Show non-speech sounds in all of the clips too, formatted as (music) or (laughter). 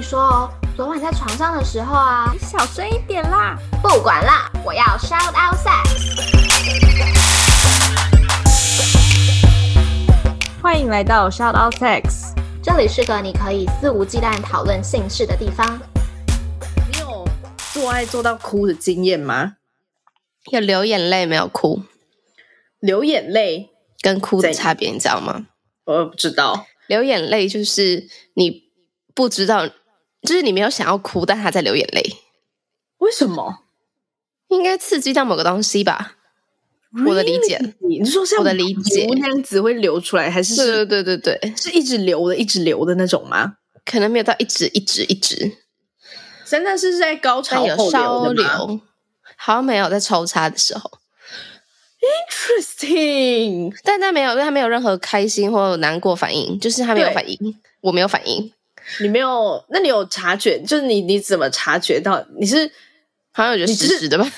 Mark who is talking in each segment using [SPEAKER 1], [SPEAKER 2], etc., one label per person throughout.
[SPEAKER 1] 说哦，昨晚在床上的时候啊
[SPEAKER 2] 你，小声一点啦！
[SPEAKER 1] 不管啦，我要 shout out sex。
[SPEAKER 2] 欢迎来到 Shout Out Sex。
[SPEAKER 1] 这里是个你可以肆无忌惮讨论性事的地方。
[SPEAKER 3] 你有做爱做到哭的经验吗？
[SPEAKER 4] 有流眼泪没有哭，
[SPEAKER 3] 流眼泪，
[SPEAKER 4] 跟哭的
[SPEAKER 3] 怎
[SPEAKER 4] 差别你知道吗？
[SPEAKER 3] 我不知道。
[SPEAKER 4] 流眼泪就是你不知道，就是你没有想要哭，但他在流眼泪，
[SPEAKER 3] 为什么？
[SPEAKER 4] 应该刺激到某个东西吧？我的理解
[SPEAKER 3] Really？你是说像
[SPEAKER 4] 我的理解
[SPEAKER 3] 油那样子会流出来，还是
[SPEAKER 4] 对
[SPEAKER 3] 是
[SPEAKER 4] 对对对对，
[SPEAKER 3] 是一直流的、一直流的那种吗？
[SPEAKER 4] 可能没有到一直一直一直，
[SPEAKER 3] 真的是在高潮
[SPEAKER 4] 但有
[SPEAKER 3] 后
[SPEAKER 4] 稍
[SPEAKER 3] 流的吗
[SPEAKER 4] 流，好像没有在抽插的时候，
[SPEAKER 3] ？Interesting，
[SPEAKER 4] 但他没有，他没有任何开心或难过反应，就是他没有
[SPEAKER 3] 对
[SPEAKER 4] 反应，我没有反应，
[SPEAKER 3] 你没有？那你有察觉？就是你你怎么察觉到？你是
[SPEAKER 4] 好像我觉得
[SPEAKER 3] 你就是
[SPEAKER 4] 实时的吧。 (laughs)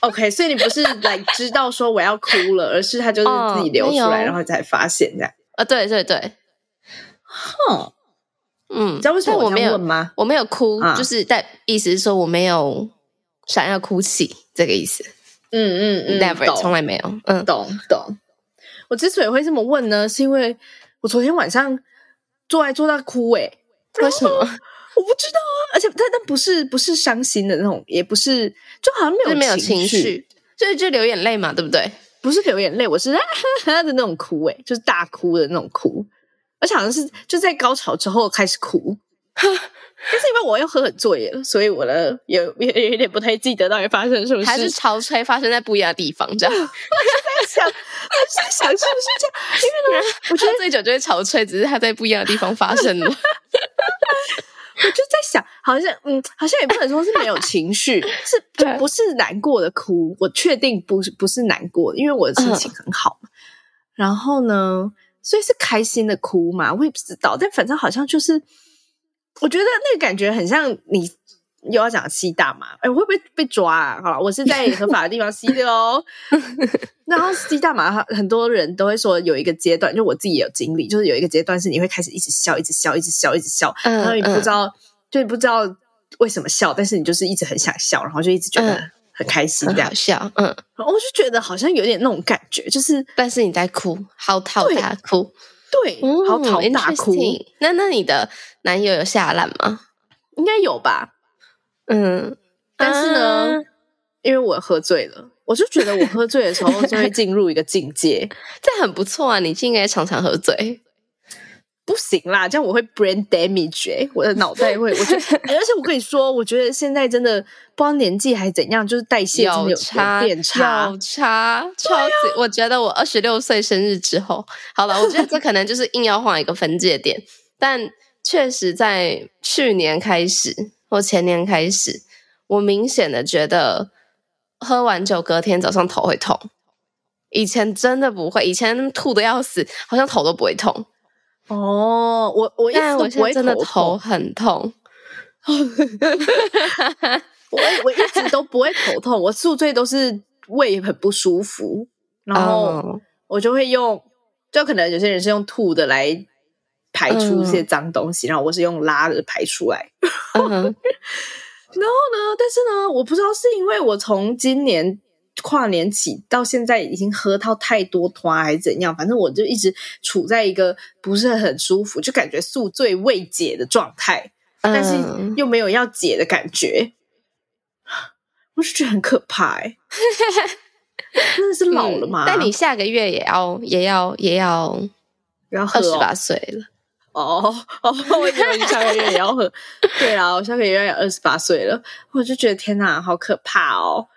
[SPEAKER 3] OK，所以你不是 like 知道说我要哭了，而是它就是自己流出
[SPEAKER 4] 哦
[SPEAKER 3] 来，
[SPEAKER 4] 没有
[SPEAKER 3] 然后才发现这样。
[SPEAKER 4] 啊，对对对，
[SPEAKER 3] 哼，
[SPEAKER 4] 嗯，
[SPEAKER 3] 你知道为什么
[SPEAKER 4] 但我
[SPEAKER 3] 这
[SPEAKER 4] 没
[SPEAKER 3] 样
[SPEAKER 4] 有
[SPEAKER 3] 问吗？
[SPEAKER 4] 我没有哭，
[SPEAKER 3] 啊
[SPEAKER 4] 就是但意思是说我没有想要哭泣这个意思、
[SPEAKER 3] 嗯嗯嗯
[SPEAKER 4] n e v e
[SPEAKER 3] 懂
[SPEAKER 4] r 从来没有，嗯，
[SPEAKER 3] 懂懂。我之所以会这么问呢，是因为我昨天晚上做爱做到哭诶、
[SPEAKER 4] 为什
[SPEAKER 3] (laughs)
[SPEAKER 4] 么？
[SPEAKER 3] 我不知道啊，而且但但不是不是伤心的那种，也不是就好像没
[SPEAKER 4] 就
[SPEAKER 3] 有
[SPEAKER 4] 是没有
[SPEAKER 3] 情
[SPEAKER 4] 情
[SPEAKER 3] 绪，
[SPEAKER 4] 绪，就是就流眼泪嘛，对不对？
[SPEAKER 3] 不是流眼泪，我是 (laughs) 啊哈哈的那种哭诶、就是大哭的那种哭，而且好像是就在高潮之后开始哭。但是因为我又喝很作业了，所以我的也也也有点不太记得到底发生了什么事。
[SPEAKER 4] 还是潮吹发生在不一样的地方，这样。
[SPEAKER 3] 想，我是在 (laughs) 想是不是这样？因为呢，
[SPEAKER 4] 我觉得醉酒就会潮吹，只是它在不一样的地方发生
[SPEAKER 3] (laughs)
[SPEAKER 4] 了。
[SPEAKER 3] 我就在想，好像嗯，好像也不能说是没有情绪，是就
[SPEAKER 4] 对
[SPEAKER 3] 不是难过的哭？我确定不是不是难过的，因为我的心情很好嘛。然后呢，所以是开心的哭嘛？我也不知道，但反正好像就是，我觉得那个感觉很像你。又要讲吸大麻，哎、我会不会被抓啊？好了，我是在合法的地方吸的哦。然后吸大麻，很多人都会说有一个阶段，就我自己也有经历，就是有一个阶段是你会开始一直笑，一直笑，一直笑，一直笑，
[SPEAKER 4] 嗯
[SPEAKER 3] 然后你不
[SPEAKER 4] 嗯
[SPEAKER 3] 知道，就你不知道为什么笑，但是你就是一直很想笑，然后就一直觉得
[SPEAKER 4] 嗯
[SPEAKER 3] 很开心
[SPEAKER 4] 很
[SPEAKER 3] 这样。
[SPEAKER 4] 好笑，嗯，
[SPEAKER 3] 然后我就觉得好像有点那种感觉，就是
[SPEAKER 4] 但是你在哭，嚎啕大哭，
[SPEAKER 3] 对，
[SPEAKER 4] 嗯
[SPEAKER 3] 嚎啕大哭，
[SPEAKER 4] interesting 那那你的男友有下烂吗？
[SPEAKER 3] 应该有吧？
[SPEAKER 4] 嗯，
[SPEAKER 3] 但是呢，
[SPEAKER 4] 啊
[SPEAKER 3] 因为我喝醉了，我就觉得我喝醉的时候
[SPEAKER 4] (laughs)
[SPEAKER 3] 就会进入一个境界，
[SPEAKER 4] 这很不错啊，你应该常常喝醉。
[SPEAKER 3] 不行啦，这样我会 brain damage，、欸、我的脑袋会，我
[SPEAKER 4] (laughs)
[SPEAKER 3] 觉得，而且我跟你说，我觉得现在真的不知道年纪还怎样，就是代谢真的有
[SPEAKER 4] 差
[SPEAKER 3] 变差啊
[SPEAKER 4] 有，差，超级！我觉得我二十六岁生日之后，好了，我觉得这可能就是硬要画一个分界点，但确实在去年开始或前年开始，我明显的觉得喝完酒隔天早上头会痛，以前真的不会，以前吐的要死，好像头都不会痛，
[SPEAKER 3] 哦，我我一直
[SPEAKER 4] 但
[SPEAKER 3] 都
[SPEAKER 4] 我
[SPEAKER 3] 不
[SPEAKER 4] 现在
[SPEAKER 3] 会
[SPEAKER 4] 真的
[SPEAKER 3] 痛
[SPEAKER 4] 头很痛。
[SPEAKER 3] 我我一直都不会头痛，我宿醉都是胃很不舒服，然后
[SPEAKER 4] 哦
[SPEAKER 3] 我就会用，就可能有些人是用吐的来排出一些脏东西，然后我是用拉的排出来。
[SPEAKER 4] 嗯哼，
[SPEAKER 3] 然后呢，但是呢，我不知道是因为我从今年跨年起到现在已经喝到太多团还是怎样，反正我就一直处在一个不是很舒服，就感觉宿醉未解的状态。但是
[SPEAKER 4] 嗯
[SPEAKER 3] 又没有要解的感觉，我是觉得很可怕
[SPEAKER 4] (laughs)
[SPEAKER 3] 哎、真的是 (laughs) 老了吗？
[SPEAKER 4] 嗯但你下个月也要也要也要
[SPEAKER 3] 不要喝
[SPEAKER 4] 二十
[SPEAKER 3] 哦
[SPEAKER 4] 八岁了，
[SPEAKER 3] 哦 (laughs) 哦，我以为你下个月也要
[SPEAKER 4] (laughs)
[SPEAKER 3] 喝。对啊，我下个月也二十八岁了，我就觉得天哪，好可怕哦！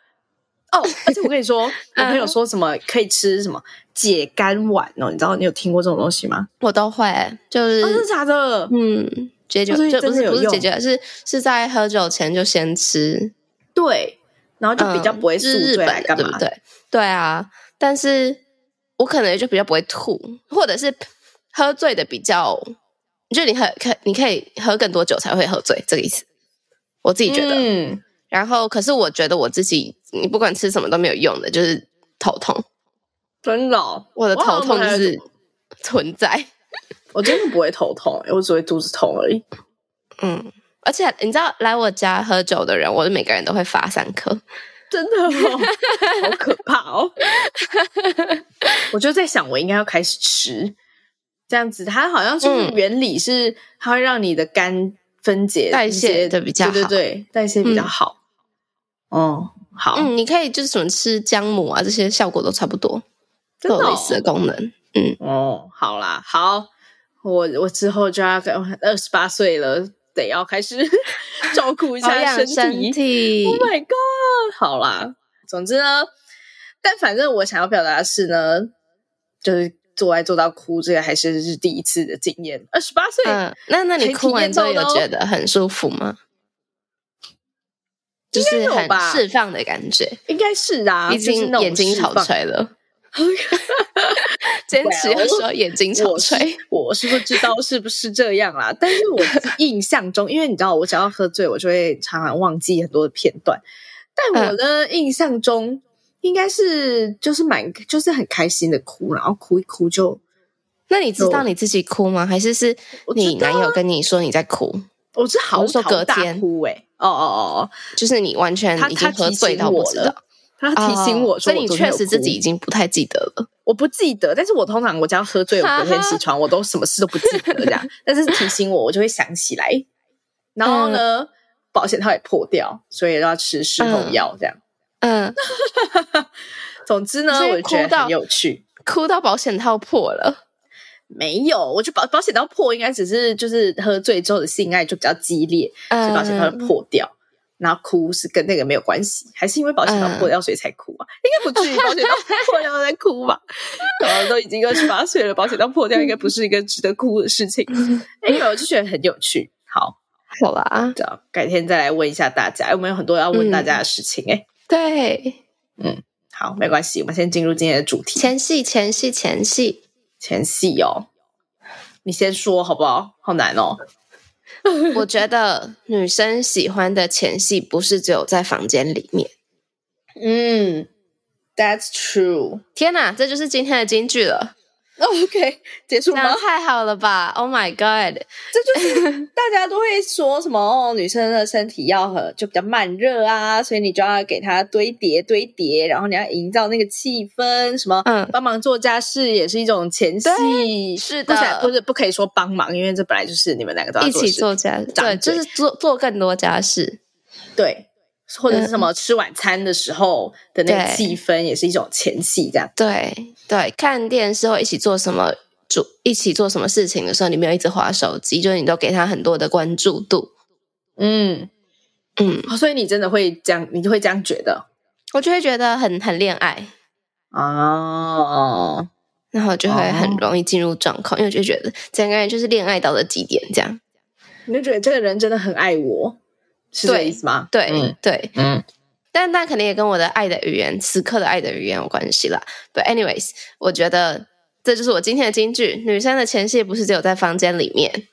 [SPEAKER 3] 哦，而且我跟你
[SPEAKER 4] (laughs)
[SPEAKER 3] 说，我朋友说什么可以吃什么解肝丸哦，你知道你有听过这种东西吗？
[SPEAKER 4] 我都会，就是、
[SPEAKER 3] 哦，真的假的？
[SPEAKER 4] 嗯，解酒
[SPEAKER 3] 哦所以
[SPEAKER 4] 就不
[SPEAKER 3] 真的
[SPEAKER 4] 是
[SPEAKER 3] 有
[SPEAKER 4] 不是
[SPEAKER 3] 用
[SPEAKER 4] 解酒，是是在喝酒前就先吃，
[SPEAKER 3] 对，然后哦就比较
[SPEAKER 4] 嗯
[SPEAKER 3] 不会宿
[SPEAKER 4] 就是日
[SPEAKER 3] 醉，
[SPEAKER 4] 本
[SPEAKER 3] 来
[SPEAKER 4] 的
[SPEAKER 3] 干
[SPEAKER 4] 对
[SPEAKER 3] 嘛
[SPEAKER 4] 不？对？对啊，但是我可能就比较不会吐，或者是喝醉的比较，就你喝可你可以喝更多酒才会喝醉，这个意思，我自己觉得。
[SPEAKER 3] 嗯，
[SPEAKER 4] 然后，可是我觉得我自己，你不管吃什么都没有用的，就是头痛。
[SPEAKER 3] 真的哦，
[SPEAKER 4] 我的头痛
[SPEAKER 3] 哇
[SPEAKER 4] 就
[SPEAKER 3] 我
[SPEAKER 4] 是存在。
[SPEAKER 3] 我真的不会头痛、欸，我只会肚子痛而已。
[SPEAKER 4] 嗯，而且你知道来我家喝酒的人，我每个人都会罚三颗。
[SPEAKER 3] 真的哦，好可怕哦！ (laughs) 我就在想，我应该要开始吃这样子。它好像就是
[SPEAKER 4] 嗯
[SPEAKER 3] 原理是，它会让你的肝分解
[SPEAKER 4] 代
[SPEAKER 3] 一些
[SPEAKER 4] 谢得比较好
[SPEAKER 3] 对对对，代谢比较好。哦，好，
[SPEAKER 4] 嗯，你可以就是什么吃姜母啊，这些效果都差不多，
[SPEAKER 3] 真的
[SPEAKER 4] 都有
[SPEAKER 3] 哦
[SPEAKER 4] 类似的功能。
[SPEAKER 3] 哦，好啦，好，我我之后就要二十八岁了，得要开始 (laughs) 照顾一
[SPEAKER 4] 保
[SPEAKER 3] 下
[SPEAKER 4] 养
[SPEAKER 3] 身
[SPEAKER 4] 身体
[SPEAKER 3] Oh my god！好啦，总之呢，但反正我想要表达的是呢，就是做爱做到哭，这个还是是第一次的经验。二十八岁，
[SPEAKER 4] 嗯，那那你哭完之后有觉得很舒服吗？就
[SPEAKER 3] 应该
[SPEAKER 4] 是
[SPEAKER 3] 有
[SPEAKER 4] 很
[SPEAKER 3] 吧
[SPEAKER 4] 释放的感觉，
[SPEAKER 3] 应该是啊，
[SPEAKER 4] 已
[SPEAKER 3] 就是
[SPEAKER 4] 经
[SPEAKER 3] 那种
[SPEAKER 4] 眼睛
[SPEAKER 3] 释
[SPEAKER 4] 潮
[SPEAKER 3] 放。(laughs)
[SPEAKER 4] 垂了。 (laughs) 坚持要说眼睛潮
[SPEAKER 3] 我是
[SPEAKER 4] 垂，
[SPEAKER 3] 我是不知道是不是这样啦，但是我印象中，因为你知道，我只要喝醉，我就会常常忘记很多的片段。但
[SPEAKER 4] 嗯
[SPEAKER 3] 我呢，印象中应该是就是蛮就是很开心的哭，然后哭一哭就
[SPEAKER 4] (laughs) 那你知道你自己哭吗？还是是
[SPEAKER 3] 我知道啊
[SPEAKER 4] 你男友跟你说你在哭，
[SPEAKER 3] 我是嚎
[SPEAKER 4] 我是说
[SPEAKER 3] 啕
[SPEAKER 4] 隔
[SPEAKER 3] 大
[SPEAKER 4] 天
[SPEAKER 3] 哭哎、哦哦哦哦，
[SPEAKER 4] 就是你完全
[SPEAKER 3] 他
[SPEAKER 4] 已
[SPEAKER 3] 他
[SPEAKER 4] 经喝
[SPEAKER 3] 提
[SPEAKER 4] 醉
[SPEAKER 3] 醒
[SPEAKER 4] 到不
[SPEAKER 3] 我
[SPEAKER 4] 知道
[SPEAKER 3] 了？，他提醒我
[SPEAKER 4] 哦
[SPEAKER 3] 说
[SPEAKER 4] 所
[SPEAKER 3] 我
[SPEAKER 4] 以你
[SPEAKER 3] 昨天
[SPEAKER 4] 确
[SPEAKER 3] 有
[SPEAKER 4] 实自
[SPEAKER 3] 哭
[SPEAKER 4] 己已经不太记得了。
[SPEAKER 3] 我不记得，但是我通常我只要喝醉，我隔 (laughs) 天起床我都什么事都不记得这样，但是提醒我我就会想起来，然后呢，保险套也破掉，所以要吃止痛药这样。
[SPEAKER 4] 嗯，
[SPEAKER 3] 总之呢，
[SPEAKER 4] 所以
[SPEAKER 3] 我就觉
[SPEAKER 4] 哭
[SPEAKER 3] 得
[SPEAKER 4] 到
[SPEAKER 3] 很有趣。
[SPEAKER 4] 哭到保险套破了。
[SPEAKER 3] 没有，我就保保险套破，应该只是就是喝醉之后的性爱就比较激烈，所
[SPEAKER 4] 嗯
[SPEAKER 3] 以保险套就破掉。然后哭是跟那个没有关系，还是因为保险套破掉所以才哭啊？应该不至于保 (laughs) 险套破掉才哭吧？然后都已经二十八岁了，保险套破掉应该不是一个值得哭的事 (laughs) 情。哎，我就觉得很有趣。好，
[SPEAKER 4] 好啦，
[SPEAKER 3] 这样改天再来问一下大家，我们有很多要问大家的事情。哎、
[SPEAKER 4] 对，
[SPEAKER 3] 好，没关系，我们先进入今天的主题。
[SPEAKER 4] 前戏，前戏，前 (laughs) 戏。
[SPEAKER 3] 前戏哦，你先说好不好？好难哦。
[SPEAKER 4] 我觉得女生喜欢的前戏不是只有在房间里面。
[SPEAKER 3] 嗯，That's true。
[SPEAKER 4] 天哪，这就是今天的金句了，
[SPEAKER 3] OK，结束
[SPEAKER 4] 这样
[SPEAKER 3] 吗？
[SPEAKER 4] 太好了吧！Oh my god，
[SPEAKER 3] 这就是大家都会说什么哦，女生的身体要很就比较慢热啊，所以你就要给她堆叠堆叠，然后你要营造那个气氛，什么
[SPEAKER 4] 嗯
[SPEAKER 3] 帮忙做家事也是一种前戏，
[SPEAKER 4] 是
[SPEAKER 3] 不
[SPEAKER 4] 的
[SPEAKER 3] 不是不可以说帮忙，因为这本来就是你们两个都要
[SPEAKER 4] 一
[SPEAKER 3] 的
[SPEAKER 4] 起
[SPEAKER 3] 事
[SPEAKER 4] 做家，
[SPEAKER 3] 掌
[SPEAKER 4] 对，
[SPEAKER 3] 嘴
[SPEAKER 4] 就是做做更多家事。
[SPEAKER 3] 对，或者是什么吃晚餐的时候的那个
[SPEAKER 4] 嗯对
[SPEAKER 3] 气氛也是一种前戏，这样
[SPEAKER 4] 对对，看电视或一起做什么主一起做什么事情的时候，你没有一直划手机，就是你都给他很多的关注度。
[SPEAKER 3] 嗯。
[SPEAKER 4] 嗯，
[SPEAKER 3] 哦所以你真的会这样，你会这样觉得
[SPEAKER 4] 我就会觉得很很恋爱，
[SPEAKER 3] 哦？
[SPEAKER 4] 然后就会很
[SPEAKER 3] 哦
[SPEAKER 4] 容易进入状况，因为就觉得整个人就是恋爱到了极点这样。
[SPEAKER 3] 你就觉得这个人真的很爱我，是这个
[SPEAKER 4] 对
[SPEAKER 3] 意思吗？
[SPEAKER 4] 对、
[SPEAKER 3] 嗯
[SPEAKER 4] 对，
[SPEAKER 3] 嗯
[SPEAKER 4] 但那肯定也跟我的爱的语言，此刻的爱的语言有关系啦。But anyways，我觉得这就是我今天的金句：女生的前戏不是只有在房间里面。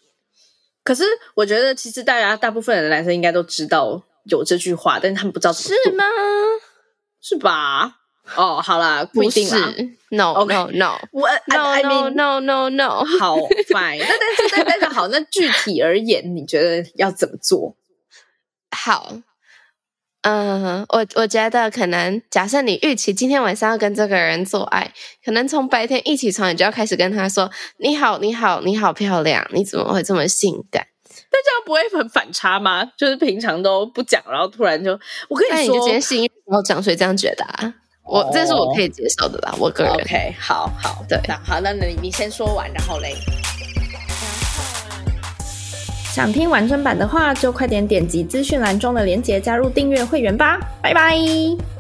[SPEAKER 3] 可是我觉得，其实大家大部分的男生应该都知道有这句话，但是他们不知道怎么
[SPEAKER 4] 是
[SPEAKER 3] 做，
[SPEAKER 4] 吗？
[SPEAKER 3] 是吧？哦，好啦，不一定啦。
[SPEAKER 4] 是，no
[SPEAKER 3] OK
[SPEAKER 4] no no
[SPEAKER 3] 我 I, I
[SPEAKER 4] no no
[SPEAKER 3] mean
[SPEAKER 4] no no no。
[SPEAKER 3] 好 fine，那但是但但是好，那具体而言，你觉得要怎么做？
[SPEAKER 4] 好，嗯，我我觉得可能，假设你预期今天晚上要跟这个人做爱，可能从白天一起床你就要开始跟他说：“你好，你好，你好漂亮，你怎么会这么性感
[SPEAKER 3] 那这样不会很反差吗？就是平常都不讲，然后突然就，我跟？”
[SPEAKER 4] 那你
[SPEAKER 3] 说
[SPEAKER 4] 就今天性欲高涨，所以这样觉得啊。我、这是我可以接受的啦，我个人。
[SPEAKER 3] OK，好好，
[SPEAKER 4] 对
[SPEAKER 3] 那好，那你你先说完，然后嘞。
[SPEAKER 2] 想听完整版的话，就快点点击资讯栏中的链接加入订阅会员吧，拜拜。